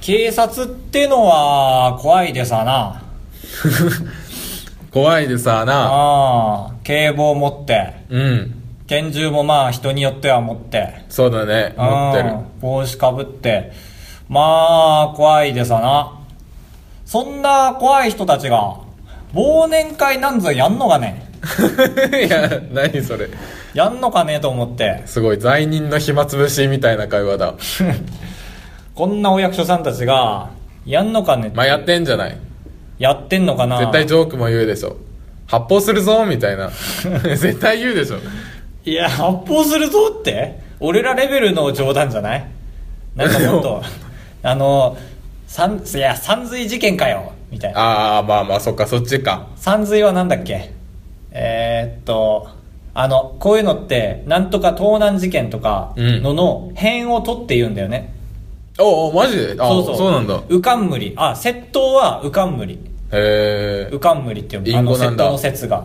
警察ってのは怖いでさな。怖いでさなああ、警棒持って、うん拳銃もまあ人によっては持って、そうだね持ってるうん帽子かぶって、まあ、怖いでさな。そんな怖い人たちが、忘年会なんぞやんのかね いや何それやんのかねと思って、すごい罪人の暇つぶしみたいな会話だこんなお役所さんたちが、やんのかねまあやってんじゃないやってんのかな絶対ジョークも言うでしょ発砲するぞみたいな 絶対言うでしょいや、発砲するぞって俺らレベルの冗談じゃないなんかもっ と、あの、さん、いや、三髄事件かよみたいな。ああまあまあそっかそっちか三髄はなんだっけえー、っと、あの、こういうのって、なんとか盗難事件とかうんのの、辺を取って言うんだよね。おうおうマジであそうそう。そうなんだへうかんむり。あ、窃盗はうかんむり。えうかんむりっていうの。あ隠の、語な窃んだ盗の説が。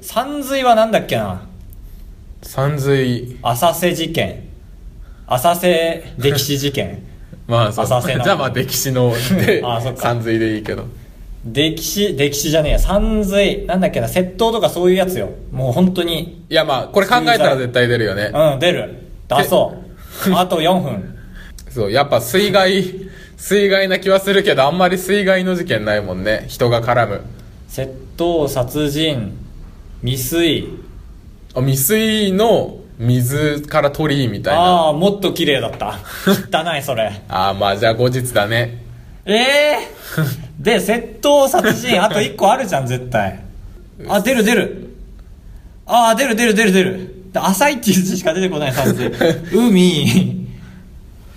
三髄はなんだっけな三髄浅瀬事件浅瀬溺死事件まあそう浅瀬な じゃあまあ歴 史のであーそっか三髄でいいけど溺死溺死じゃねえや三髄なんだっけな窃盗とかそういうやつよもう本当にいやまあこれ考えたら絶対出るよねうん出る出そうあと4分そうやっぱ水害水害な気はするけどあんまり水害の事件ないもんね人が絡む窃盗殺人未遂あ未遂の水から取りみたいなああもっと綺麗だった 汚いそれああまあじゃあ後日だねええー、で窃盗殺人あと1個あるじゃん絶対あ出る出るああ出る出る出る出るで浅いっていう字しか出てこない感じ海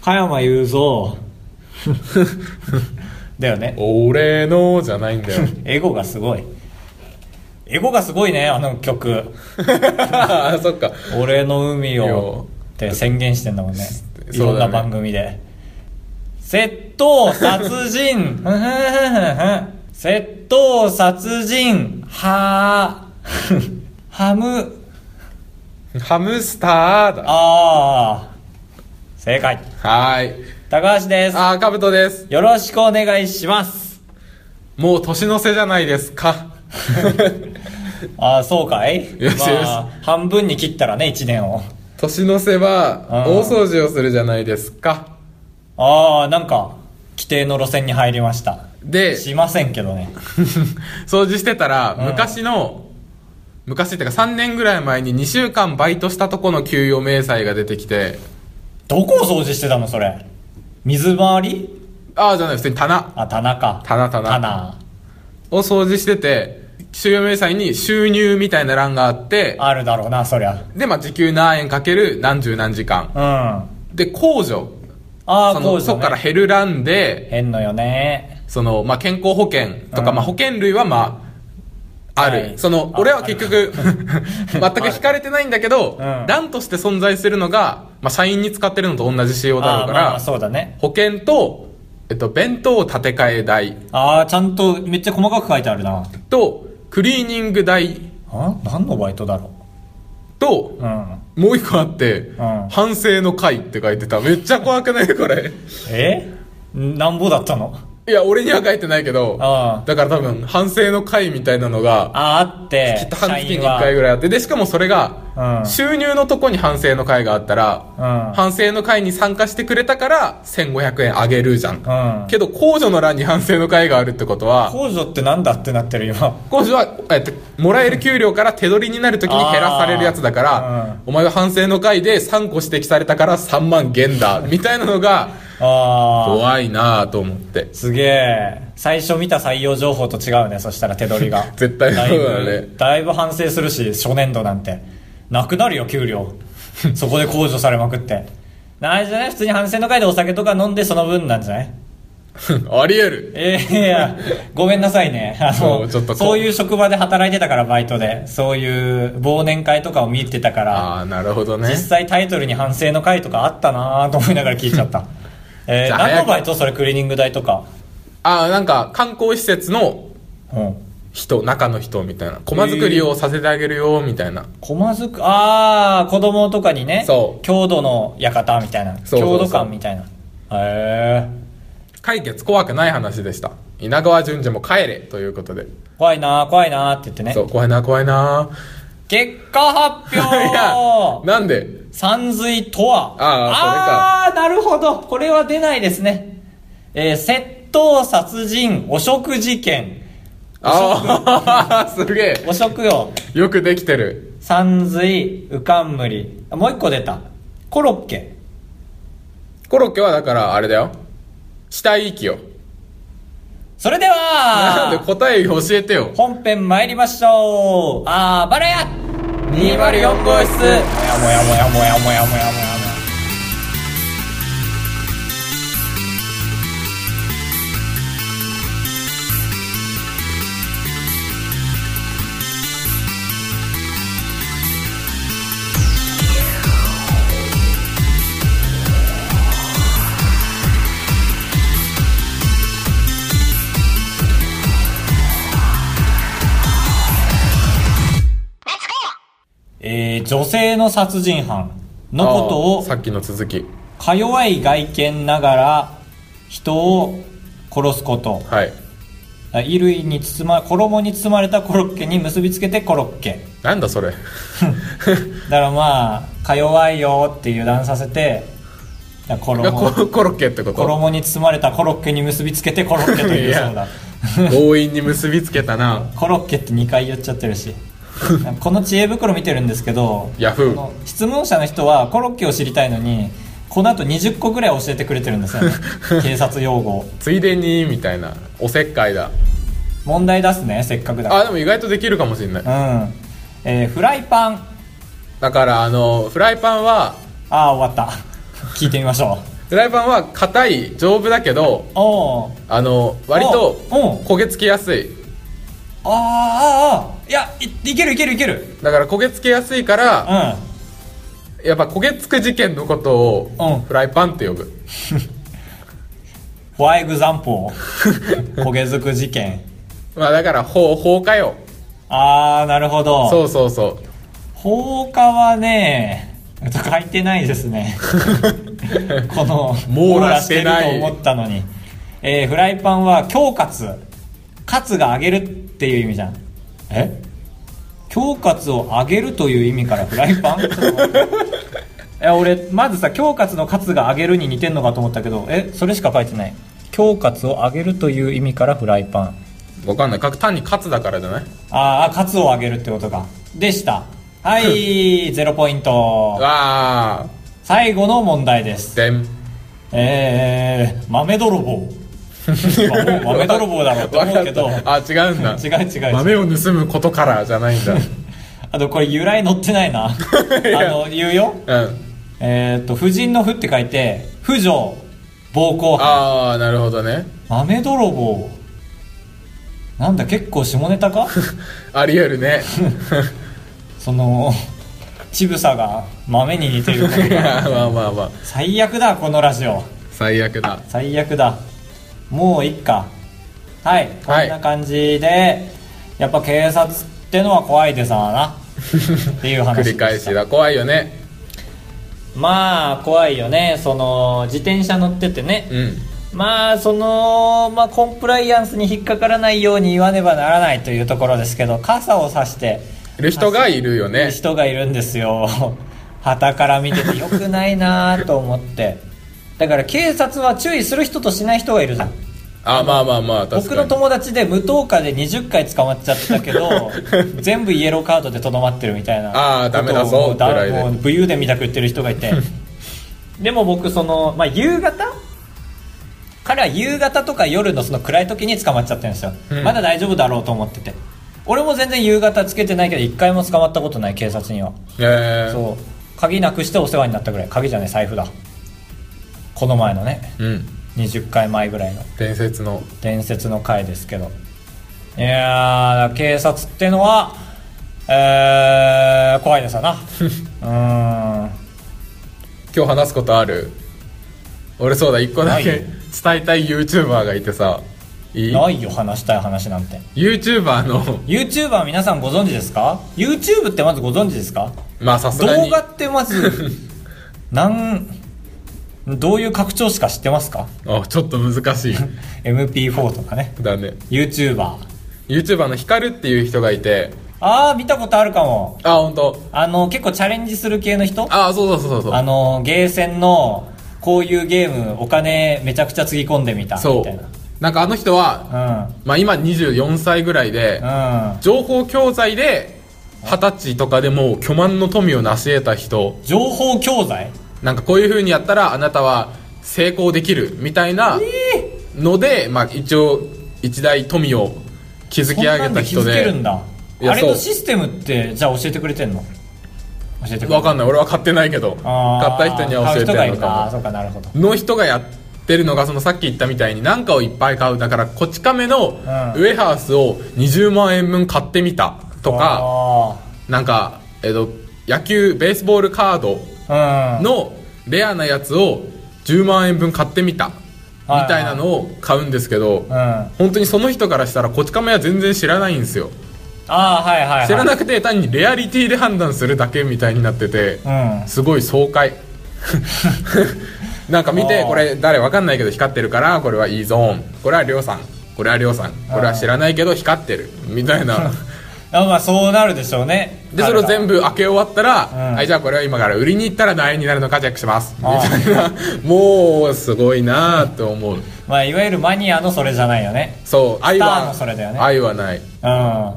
加山雄三だよね俺のじゃないんだよ エゴがすごいエゴがすごいねあの曲あそっか「俺の海をよ」って宣言してんだもんねいろそんうなだね番組で窃盗殺人 ふんふんふんふん窃盗殺人はーハムハムスターだああ正解はーい高橋ですああかぶとですよろしくお願いし ますもう年の瀬じゃないですかああそうかいよしよしまあ、半分に切ったらね1年を年の瀬はうん大掃除をするじゃないですかああなんか規定の路線に入りましたでしませんけどね掃除してたらうん昔の昔ってか3年ぐらい前に2週間バイトしたとこの給与明細が出てきてどこを掃除してたのそれ水回りああじゃない普通に棚あ棚か棚棚棚を掃除してて給与明細に収入みたいな欄があってあるだろうなそりゃで、まあ、時給何円かける何十何時間うんあで控除あそこうのじゃそねこから減る欄で変のよねその、まあ、健康保険とか、うんまあ、保険類はまあある、はいそのあ俺は 結局全あるく引かれてないんだけど、うん欄として存在するのが、まあ、社員に使ってるのと同じ仕様だろあうあかまあまらあそうだね保険と、えっと、弁当建て替え代ああちゃんとめっちゃ細かく書いてあるなとクリーニング代あ何のバイトだろとううんもう一個あって、ん反省の会って書いてためっちゃ怖くないこ れえなんぼだったのいや俺には書いてないけどあだから多分反省の会みたいなのがあああってきっと半月に社員1は回ぐらいあってでしかもそれが、うん収入のとこに反省の会があったら、うん反省の会に参加してくれたから1500円あげるじゃん、うんけど控除の欄に反省の会があるってことは控除ってなんだってなってる今控除は、えっと、もらえる給料から手取りになるときに減らされるやつだから、あーうんお前は反省の会で3個指摘されたから3万減だみたいなのがああ怖いなぁと思って すげえ最初見た採用情報と違うねそしたら手取りが 絶対そうだねいぶだいぶ反省するし初年度なんてなくなるよ給料 そこで控除されまくってあれじゃない普通に反省の会でお酒とか飲んでその分なんじゃないありえるええいやごめんなさいねあそのうちょっとこうそういう職場で働いてたからバイトでそういう忘年会とかを見てたからああなるほどね実際タイトルに反省の回とかあったなと思いながら聞いちゃ った、えじゃー、あ何早のくバイトそれクリーニング代とか、ああなんか観光施設のうん、人中の人みたいな駒作りをさせてあげるよみたいな、駒づくああ子供とかにねそう郷土の館みたいなそうそうそう郷土館みたいなへえ解決怖くない話でした稲川淳二も帰れということで怖いなー怖いなーって言ってねそう怖いな怖いな結果発 いや表なんで三髄とはああーなるほどこれは出ないですねえー窃盗殺人汚職事件あ あすげえ汚職よよくできてる三髄うかんむりあもう一個出たコロッケコロッケはだからあれだよ死体遺棄よそれで なんでは答え教えてよ本編参りましょうあばらや204号も室やもやもやもやもやもやもやもやえー、女性の殺人犯のことあをーさっきの続きか弱い外見ながら人を殺すことはいあ衣類に包ま衣に包まれたコロッケに結びつけてコロッケなんだそ れだからまあか弱いよって油断させてだからが衣ココロッケってこと衣に包まれたコロッケに結びつけてコロッケといいうやそうだ 強引に結びつけたなコロッケって2回言っちゃってるし この知恵袋見てるんですけどヤこフーの質問者の人はコロッケを知りたいのにこの後20個ぐらい教えてくれてるんですよ ね警察用語をついでにみたいなおせっかいだ問題出すねせっかくだあかでも意外とできるかもしれないらうん、えーフライパンだからあのフライパンはああ終わった聞いてみましょフライパンは硬い丈夫だけどうおおあの割とおうん焦げつきやすいあーあーあーいやいいけるいけるいけるだから焦げつきやすいからうやっぱ焦げつく事件のことうんをフライパンって呼ぶんホワイグザンポ ー焦げづく事件まあだから放放火よああなるほ どそうそうそう放火はね書いてないですね この網羅してな網羅していると思ったのに、えーフライパンは恐喝喝が上げるっていう意味じゃんえ恐喝を上げるという意味からフライパ ンちょっと待っていや俺まずさ恐喝の喝が上げるに似てんのかと思ったけどえそれしか書いてない恐喝を上げるという意味からフライパンわかんないか単に勝つだからじゃないあーあ喝を上げるってことかでしたはい ゼロポイントわあ最後の問題ですでんえー、豆泥 棒まあもう豆泥棒だろうと思うけどわかったあ違うんだ違う違う違う豆を盗むことからじゃない んだあとこれ由来載ってないなあの言うようんえーっと「婦人の婦」って書いて「婦女暴行犯ああなるほどね」 豆泥棒なんだ結構下ネタかありえ るね その乳房が豆に似てることい がやまあまあまあ最悪だこのラジオ最悪だ最悪だもういっかはいこはいんな感じで、やっぱ警察ってのは怖いでさな っていう話で繰りした返しだ怖いよねまあ怖いよねその自転車乗っててね、うんまあその、まあ、コンプライアンスに引っかからないように言わねばならないというところですけど傘を差している人がいるよね人がいるんですよ 旗から見て てよくないなと思ってだから警察は注意する人としない人がいるじゃんあまあまあまあ確僕かのに友達で無灯火で20回捕まっちゃったけ ど全部イエローカードでとどまってるみたいなあーダメだこぞとをもうだぐらいでもう武勇伝みたく言ってる人がい てでも僕その、まあ、夕方彼は夕方とか夜のその暗い時に捕まっちゃってるんですよ、うんまだ大丈夫だろうと思ってて俺も全然夕方つけてないけど一回も捕まったことない警察にはええそう鍵なくしてお世話になったぐらい鍵じゃねえ財布だこの前のねうん20回前ぐらいの伝説の伝説の回ですけどいやー警察ってのはえー、怖いですよなうーん今日話すことある俺そうだ一個だけない伝えたい YouTuber がいてさいいないよ話したい話なんて YouTuber の YouTuber 皆さんご存知ですか YouTube ってまずご存知ですかまあさすがに動画ってまず何どういう拡張子か知ってますかあちょっと難しい MP4 とかねだね YouTuber YouTuber のヒカルっていう人がいてああ見たことあるかもあ本当。あの結構チャレンジする系の人あそうそうそうそうあのゲーセンのこういうゲームお金めちゃくちゃつぎ込んでみたそみたいうなんかあの人は、なまあ、今24歳ぐらいで、うんうん情報教材で二十歳とかでもう巨万の富を成し得た人情報教材なんかこういう風にやったらあなたは成功できるみたいなので、まあ、一応一大富を築き上げたそ人んなんで気づけでるんだいやあれのそうシステムってじゃあ教えてくれてんの教えてくれわかんない俺は買ってないけど買あーった人には教買うえてる人のがいるあーかそうかなるほどもの人がやってるのがそのさっき言ったみたいに何かをいっぱい買うだからこち亀のウェハースを20万円分買ってみたとか、あなんか、えっと、野球ベースボールカードーうんのレアなやつを10万円分買ってみたみはいたいなのを買うんですけどうんあ本当にその人からしたらこち亀は全然知らないんですよあーはいはい、はい、知らなくて単にレアリティで判断するだけみたいになっててうんすごい爽快 なんか見てあーこれ誰わかんないけど光ってるからこれはいいゾーンこれはりょうさんこれはりょうさんこれは知らないけど光ってるみた いなあまあそうなるでしょうねでそれを全部開け終わったら、うんはいじゃあこれは今から売りに行ったら何円になるのかチェックしますみあたいなもうすごいなって思うまあいわゆるマニアのそれじゃないよねそう愛スターはのそれだよね愛はないうんは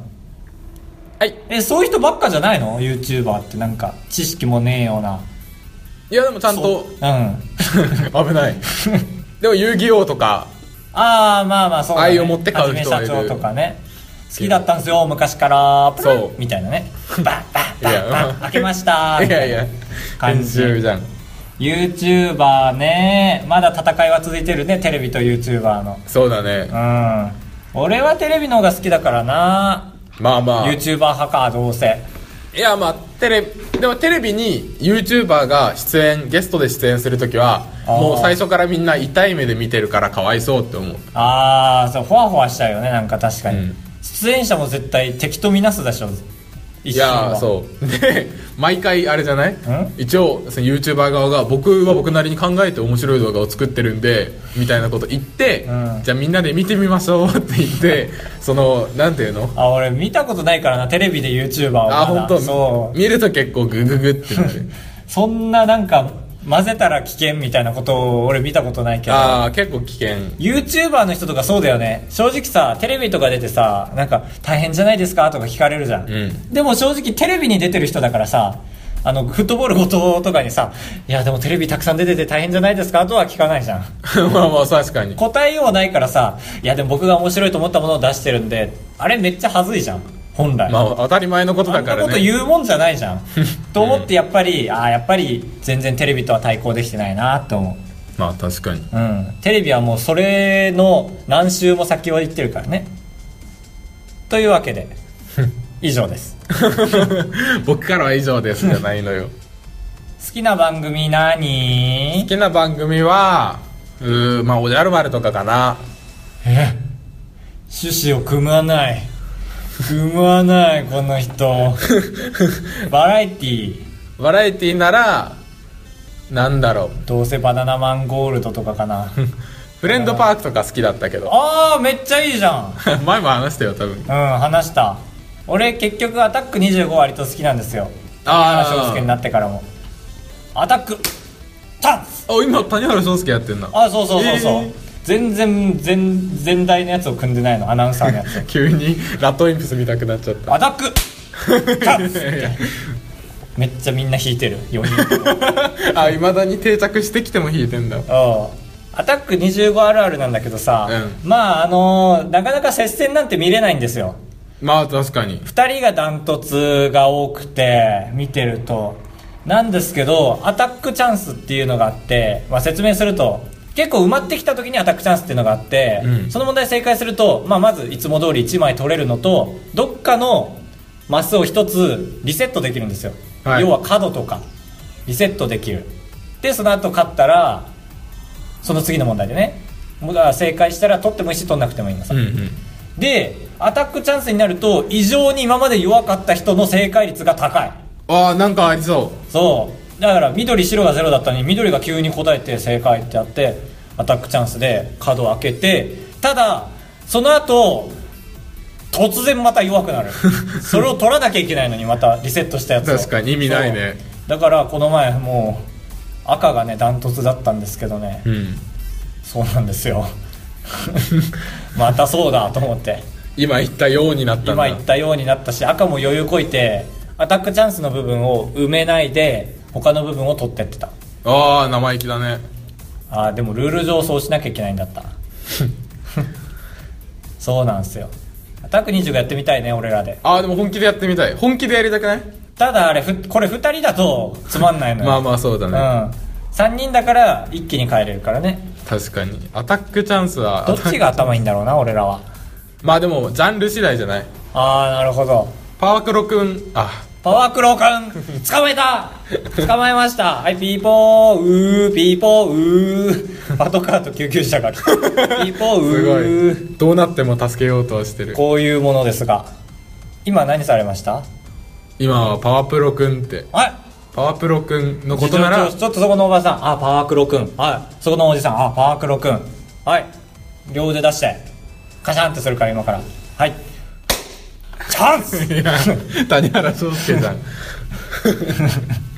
いえそういう人ばっかじゃないの YouTuber ってなんか知識もねえようないやでもちゃんそうとうんあ 危ないでも遊戯王とかあまあまあそうだ、ね、愛を持って買う人ははいるじめ社長とかね好きだったんですよ昔からプルンそうみたいな ねバッバッバいッやバッ開けましたいやいや感編じ集じゃん YouTuber ねまだ戦いは続いてるねテレビと YouTuber のそうだねうん俺はテレビの方が好きだからなまあまあ YouTuber 派かどうせいやまあテレでもテレビに YouTuber が出演ゲストで出演する時はあーもう最初からみんな痛い目で見てるからかわいそうって思うああそうフワフワしちゃうよねなんか確かに、うん出演者も絶対敵とみなすでしょい一瞬はやーそうで毎回あれじゃないん一応その YouTuber 側が僕は僕なりに考えて面白い動画を作ってるんでみたいなこと言って、うんじゃあみんなで見てみましょうって言って そのなんていうのあ俺見たことないからなテレビで YouTuber をまだあ本当そう見ると結構グググって なるそんななんか混ぜたら危険みたいなことを俺見たことないけどああ結構危険 YouTuber の人とかそうだよね正直さテレビとか出てさなんか大変じゃないですかとか聞かれるじゃん、んでも正直テレビに出てる人だからさあのフットボール後藤とかにさ「いやでもテレビたくさん出てて大変じゃないですか?」とは聞かないじゃんまあまあ確かに答えようないからさ「いやでも僕が面白いと思ったものを出してるんであれめっちゃ恥ずいじゃん本来、まあ当たり前のことあだんかならことね言うもんじゃないじゃ んと思ってやっぱりああやっぱり全然テレビとは対抗できてないなって思うまあ確かに うん、テレビはもうそれの何週も先を行ってるからねというわけ で以上です僕からは以上ですじゃないのよ好きな番組 好何きな番組はうーまあおじゃる丸とかかなえ趣旨を組まない組まないこの 人バラエティーバラエティならなんだろうどうせバナナマンゴールドとかかな フレンドパークとか好きだったけどあーめっちゃいいじゃん前も話したよ多分うん話した俺結局アタック25割と好きなんですよあー谷原章介になってからもアタックチャンスあ今谷原章介やってんなあそうそうそうそう、えー全然全全体のやつを組んでないのアナウンサーのやつ 急にラトインプス見たくなっちゃっ アタックチたャンスいやいめっちゃみんな引いてる4人 ともやあいまだに定着してきても引いてんだうんアタック25あるあるなんだけどさ、うまああのーなかなか接戦なんて見れないんですよまあ確かに2人がダントツが多くて見てるとなんですけどアタックチャンスっていうのがあって、まあ、説明すると結構埋まってきた時にアタックチャンスっていうのがあって、うんその問題正解すると、まあ、まずいつも通り1枚取れるのとどっかのマスを1つリセットできるんですよ、はい要は角とかリセットできるでその後勝ったらその次の問題でねもうだから正解したら取ってもいいし取んなくてもいいのさ、うんうんでアタックチャンスになると異常に今まで弱かった人の正解率が高いああなんかありそそうだから緑白がゼロだったのに緑が急に答えて正解ってやってアタックチャンスで角を開けてただその後突然また弱くな るそれを取らなきゃいけないのにまたリセットしたやつを確かに意味ないねそうだからこの前もう赤がねダントツだったんですけどね、うんそうなんです よまたそうだと思って今言ったようになったん今だ言ったようになったし赤も余裕こいてアタックチャンスの部分を埋めないで他の部分を取ってってたああ生意気だねああでもルール上そうしなきゃいけないんだ ったそうなんですよアタック25やってみたいね俺らでああでも本気でやってみたい本気でやりたくないただあれふこれ2人だとつまんないのよ まあまあそうだね、うん3人だから一気に帰れるからね確かにアタックチャンスはどっちが頭いいんだろうな俺らはまあでもジャンル次第じゃないああなるほどパワクロくんあパワークロー君捕まえた捕まえましたはいピーポーうーピーポーうーパトカーと救急車が来たピーポーすごうーいどうなっても助けようとはしてるこういうものですが今何されました今はパワプロくんってはいパワプロくんのことなちらょちょちょっとそこのおばさんあパワークロくんはいそこのおじさんあパワークロくんはい両腕出してカシャンってするから今からはいチャンスいや谷原章介さん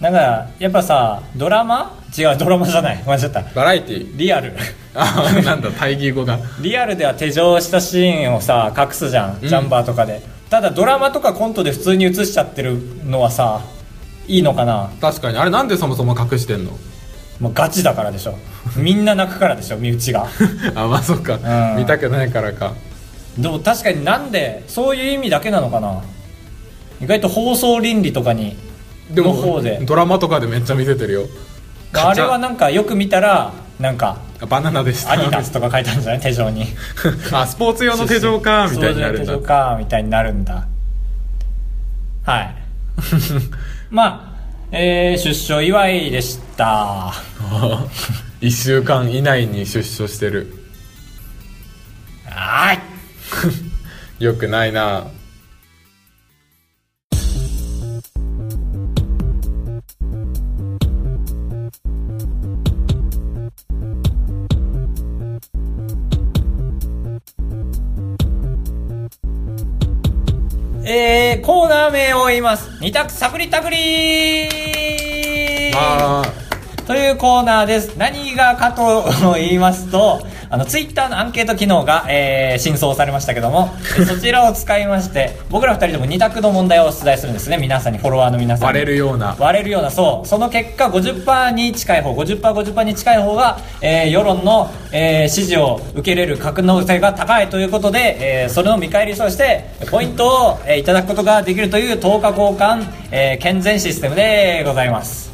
だからやっぱさドラマ違うドラマじゃない間違ったバラエティーリアルああなんだ対義語がリアルでは手錠したシーンをさ隠すじゃんジャンバーとかで、ただドラマとかコントで普通に映しちゃってるのはさいいのかな確かにあれなんでそもそも隠してんの もうガチだからでしょみんな泣くからでしょ身内があまあそっかうん見たくないからかでも確かになんでそういう意味だけなのかな意外と放送倫理とかにでの方もでドラマとかでめっちゃ見せてるよあれはなんかよく見たらなんかあバナナでし「たアディダス」とか書いたんじゃない手錠に あスポーツ用の手錠かみたいになるんそういう手錠だかみたいになるんだはいまあ、えー出所祝いでした 1週間以内に出所してるはいよくないなえー、コーナー名を言います二択サクリタクリーまあというコーナーです。何がかと言いますと、あの、ツイッターのアンケート機能が、えー、新装されましたけども、えーそちらを使いまして、僕ら二人とも二択の問題を出題するんですね。皆さんに、フォロワーの皆さんに。割れるような割れるような、そう。その結果、50%に近い方、50%、50%に近い方が、えー世論の、えー支持を受けれる格納性が高いということで、えーそれの見返りとして、ポイントを、えーいただくことができるという10日交換、えー健全システムでございます。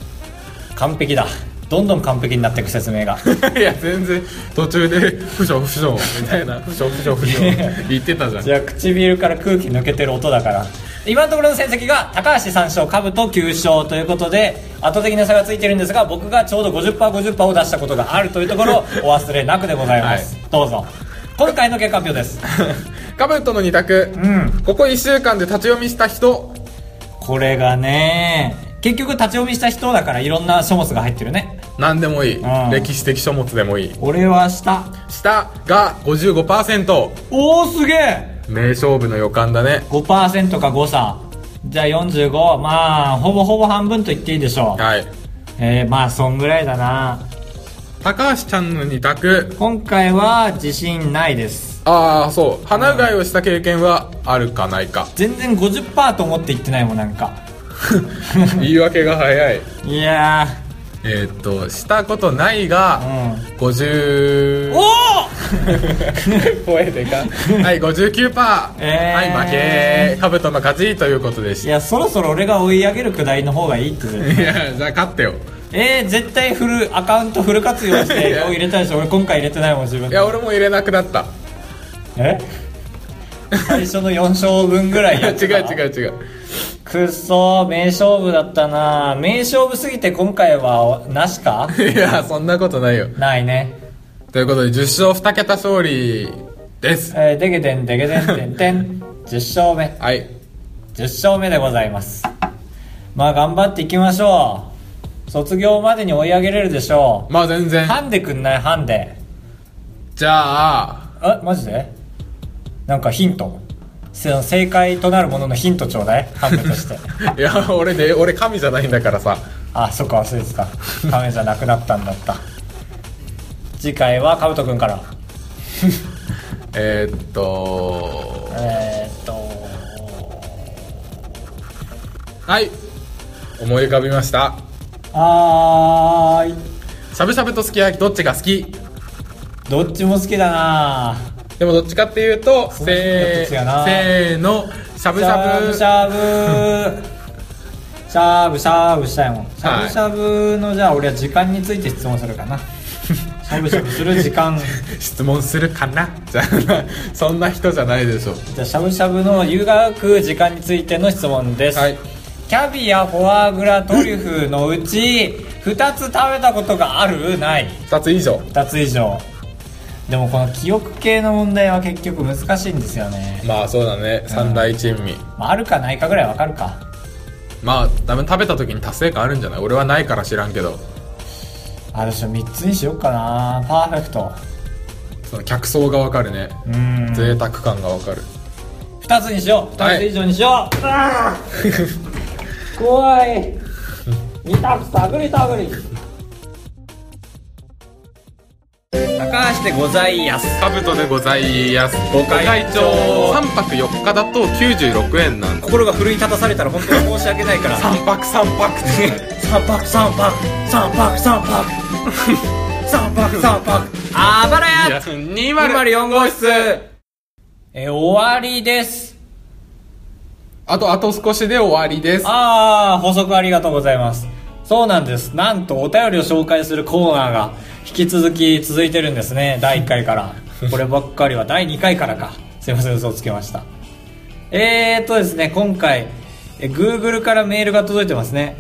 完璧だ。どんどん完璧になっていく説明が。 いや全然途中で「不詳不詳」みたいな「不詳不詳不詳」言ってたじゃんじゃあ唇から空気抜けてる音だから今のところの成績が高橋3勝兜9勝ということで圧倒的な差がついてるんですが僕がちょうど 50%50% を出したことがあるというと ころをお忘れなくでございます、どうぞ今回の結果表ですカブトの二択、んここ1週間で立ち読みした人これがね結局立ち読みした人だからいろんな書物が入ってるね何でもいい、うん歴史的書物でもいい俺は下下が55%おおすげえ名勝負の予感だね5%か誤差じゃあ45まあほぼほぼ半分と言っていいでしょうはいえー、まあそんぐらいだな高橋ちゃんの二択今回は自信ないですああそう鼻うがいをした経験はあるかない か全然50%と思って言ってないもんなんか言い訳が早いいやえーっとしたことないがーうん50おお 声でかはい59パー、えーはい負けカブトの勝ちということでし いやそろそろ俺が追い上げるくだりの方がいいってたいやじゃあ勝ってよえー、絶対フルアカウントフル活用しいてやを入れたでしょ俺今回入れてないもん自分いや俺も入れなくなったえ最初の4勝分ぐらいいややって た違う違う違うくっそー名勝負だったな名勝負すぎて今回はなし かいやそんなことないよないねということで10勝2桁勝利ですえー、でけてんで けてんてんてん10勝目はい10勝目でございますまあ頑張っていきましょう卒業までに追い上げれるでしょまあ全う然ハンデくんないハンデじゃあえマジでなんかヒントその正解となるもののヒントちょうだいハンデと していや俺ね俺神じゃないんだからさあそっか忘れてたカメじゃなくなったんだった次回はカブトくんからえー、っとえー、っとはい思い浮かびましたはーいしゃぶしゃぶとすき焼きどっちが好きどっちも好きだなでもどっちかっていううとどせーっちやなせーのしゃぶししゃゃぶぶしゃぶしゃぶしゃぶしたいもんしゃぶしゃぶのじゃあ俺は時間について質問する かなしゃぶしゃぶする時間質問するかな じゃあそんな人じゃないでしょじゃあしゃぶしゃぶの湯がく時間についての質問です、はいキャビアフォアグラトリュフのうち2つ食べたことがあるない2つ以上2つ以上でもこの記憶系の問題は結局難しいんですよね、まあそうだね三大珍味まあ、あるかないかぐらいわかるかまあ多分食べた時に達成感あるんじゃない俺はないから知らんけどあ私3つにしよっかなパーフェクトその客層がわかるねうーん贅沢感がわかる2つにしようは2いつ以上にしよう、あー怖 い2つ探り探り高橋でございやすカブトでございますご会長3泊4日だと96円なんだ心が奮い立たされたら本当に申し訳ないから3泊3泊 って三泊三泊三泊三 泊三泊三泊あばらや204号室え終わりですあとあと少しで終わりですああ補足ありがとうございますそうなんですなんとお便りを紹介するコーナーが引き続き続いてるんですね第1回 からこればっかりは第2回からかすいません嘘をつけましたえー、っとですね今回え Google からメールが届いてますね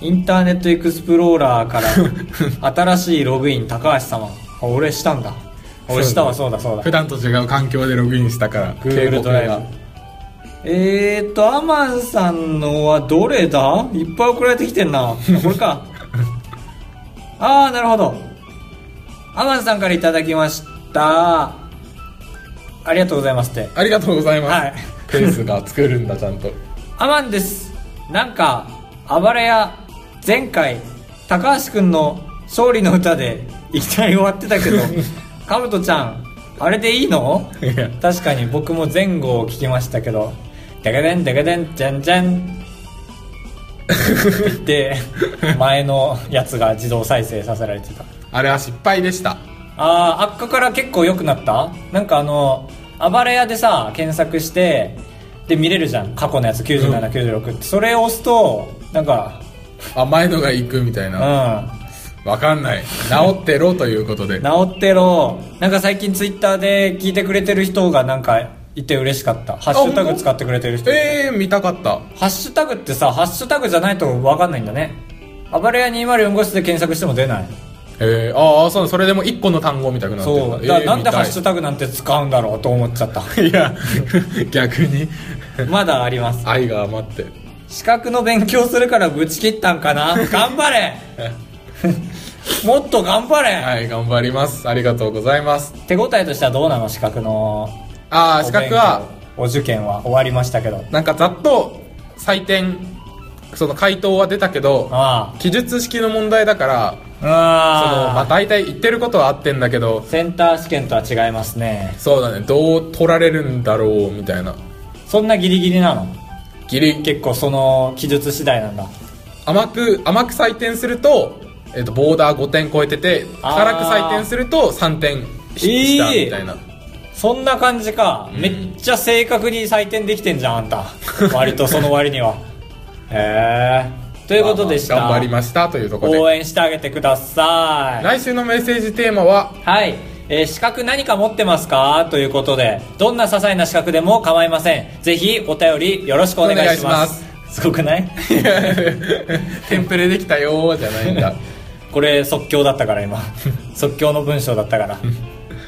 インターネットエクスプローラーから 新しいログイン高橋様あ俺したんだ俺したわそうだそうだ普段と違う環境でログインしたから Google ドライブえーっとアマンさんのはどれだいっぱい送られてきてんなこれか ああなるほどアマンさんからいただきましたありがとうございますってありがとうございます、はいペースが作るんだちゃんと アマンですなんか暴れや前回高橋くんの勝利の歌でいきなり終わってた けどカブトちゃんあれでいいのいや確かに僕も前後を聞きましたけど「デカデンデカデンジャンジャ ン」って言って前のやつが自動再生させられてたあれは失敗でしたあーあっかから結構良くなったなんかあの暴れ屋でさ検索してで見れるじゃん過去のやつ9796って、それを押すとなんかあ前のが行くみたいうなんわかんない治ってろということで治ってろなんか最近ツイッターで聞いてくれてる人がなんかいて嬉しかったハッシュタグ使ってくれてる人えー、見たかったハッシュタグってさハッシュタグじゃないと分かんないんだね暴れ屋204号室で検索しても出ないえー、ああそうそれでも1個の単語みたくなってるそうだからなんでハッシュュタグなんて使うんだろうと思っちゃったい や逆に まだあります愛が余って資格の勉強するからぶち切ったんか な頑張れもっと頑張れ、はい頑張りますありがとうございます手応えとしてはどうなの資格のああ資格おは勉強お受験は終わりましたけどなんかざっと採点その回答は出たけどあ記述式の問題だからあそのまあああ、大体言ってることは合ってんだけどセンター試験とは違いますねそうだねどう取られるんだろうみたいなそんなギリギリなのギリ結構その記述次第なんだ甘く甘く採点すると,、えっとボーダー5点超えててあー辛く採点すると3点いいしたみたいな、そんな感じか、めっちゃ正確に採点できてんじゃんあんた割とその割に はへえということでした、まあまあ頑張りましたというところ応で援してあげてください来週のメッセージテーマは はい、えー資格何か持ってますかということでどんな些細な資格でも構いませんぜひお便りよろしくお願いしますおすごくない 「テンプレできたよ」じゃないんだこれ即興だったから今 即興の文章だったから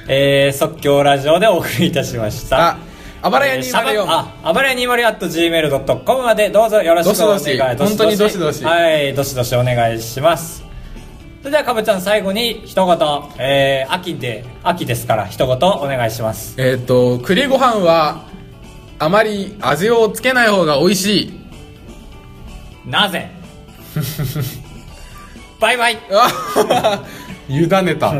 えー即興ラジオでお送りいたしましたああばらやえーシャバ204ああばらや 204.gmail.com までどうぞよろしくお願いどしどし本当にどしどしはいどしどしお願いしますそれではかぶちゃん最後に一言、えー、秋で秋ですから一言お願いしますえっ、と栗ご飯はあまり味をつけない方が美味しいなぜ バイバイあ委ねた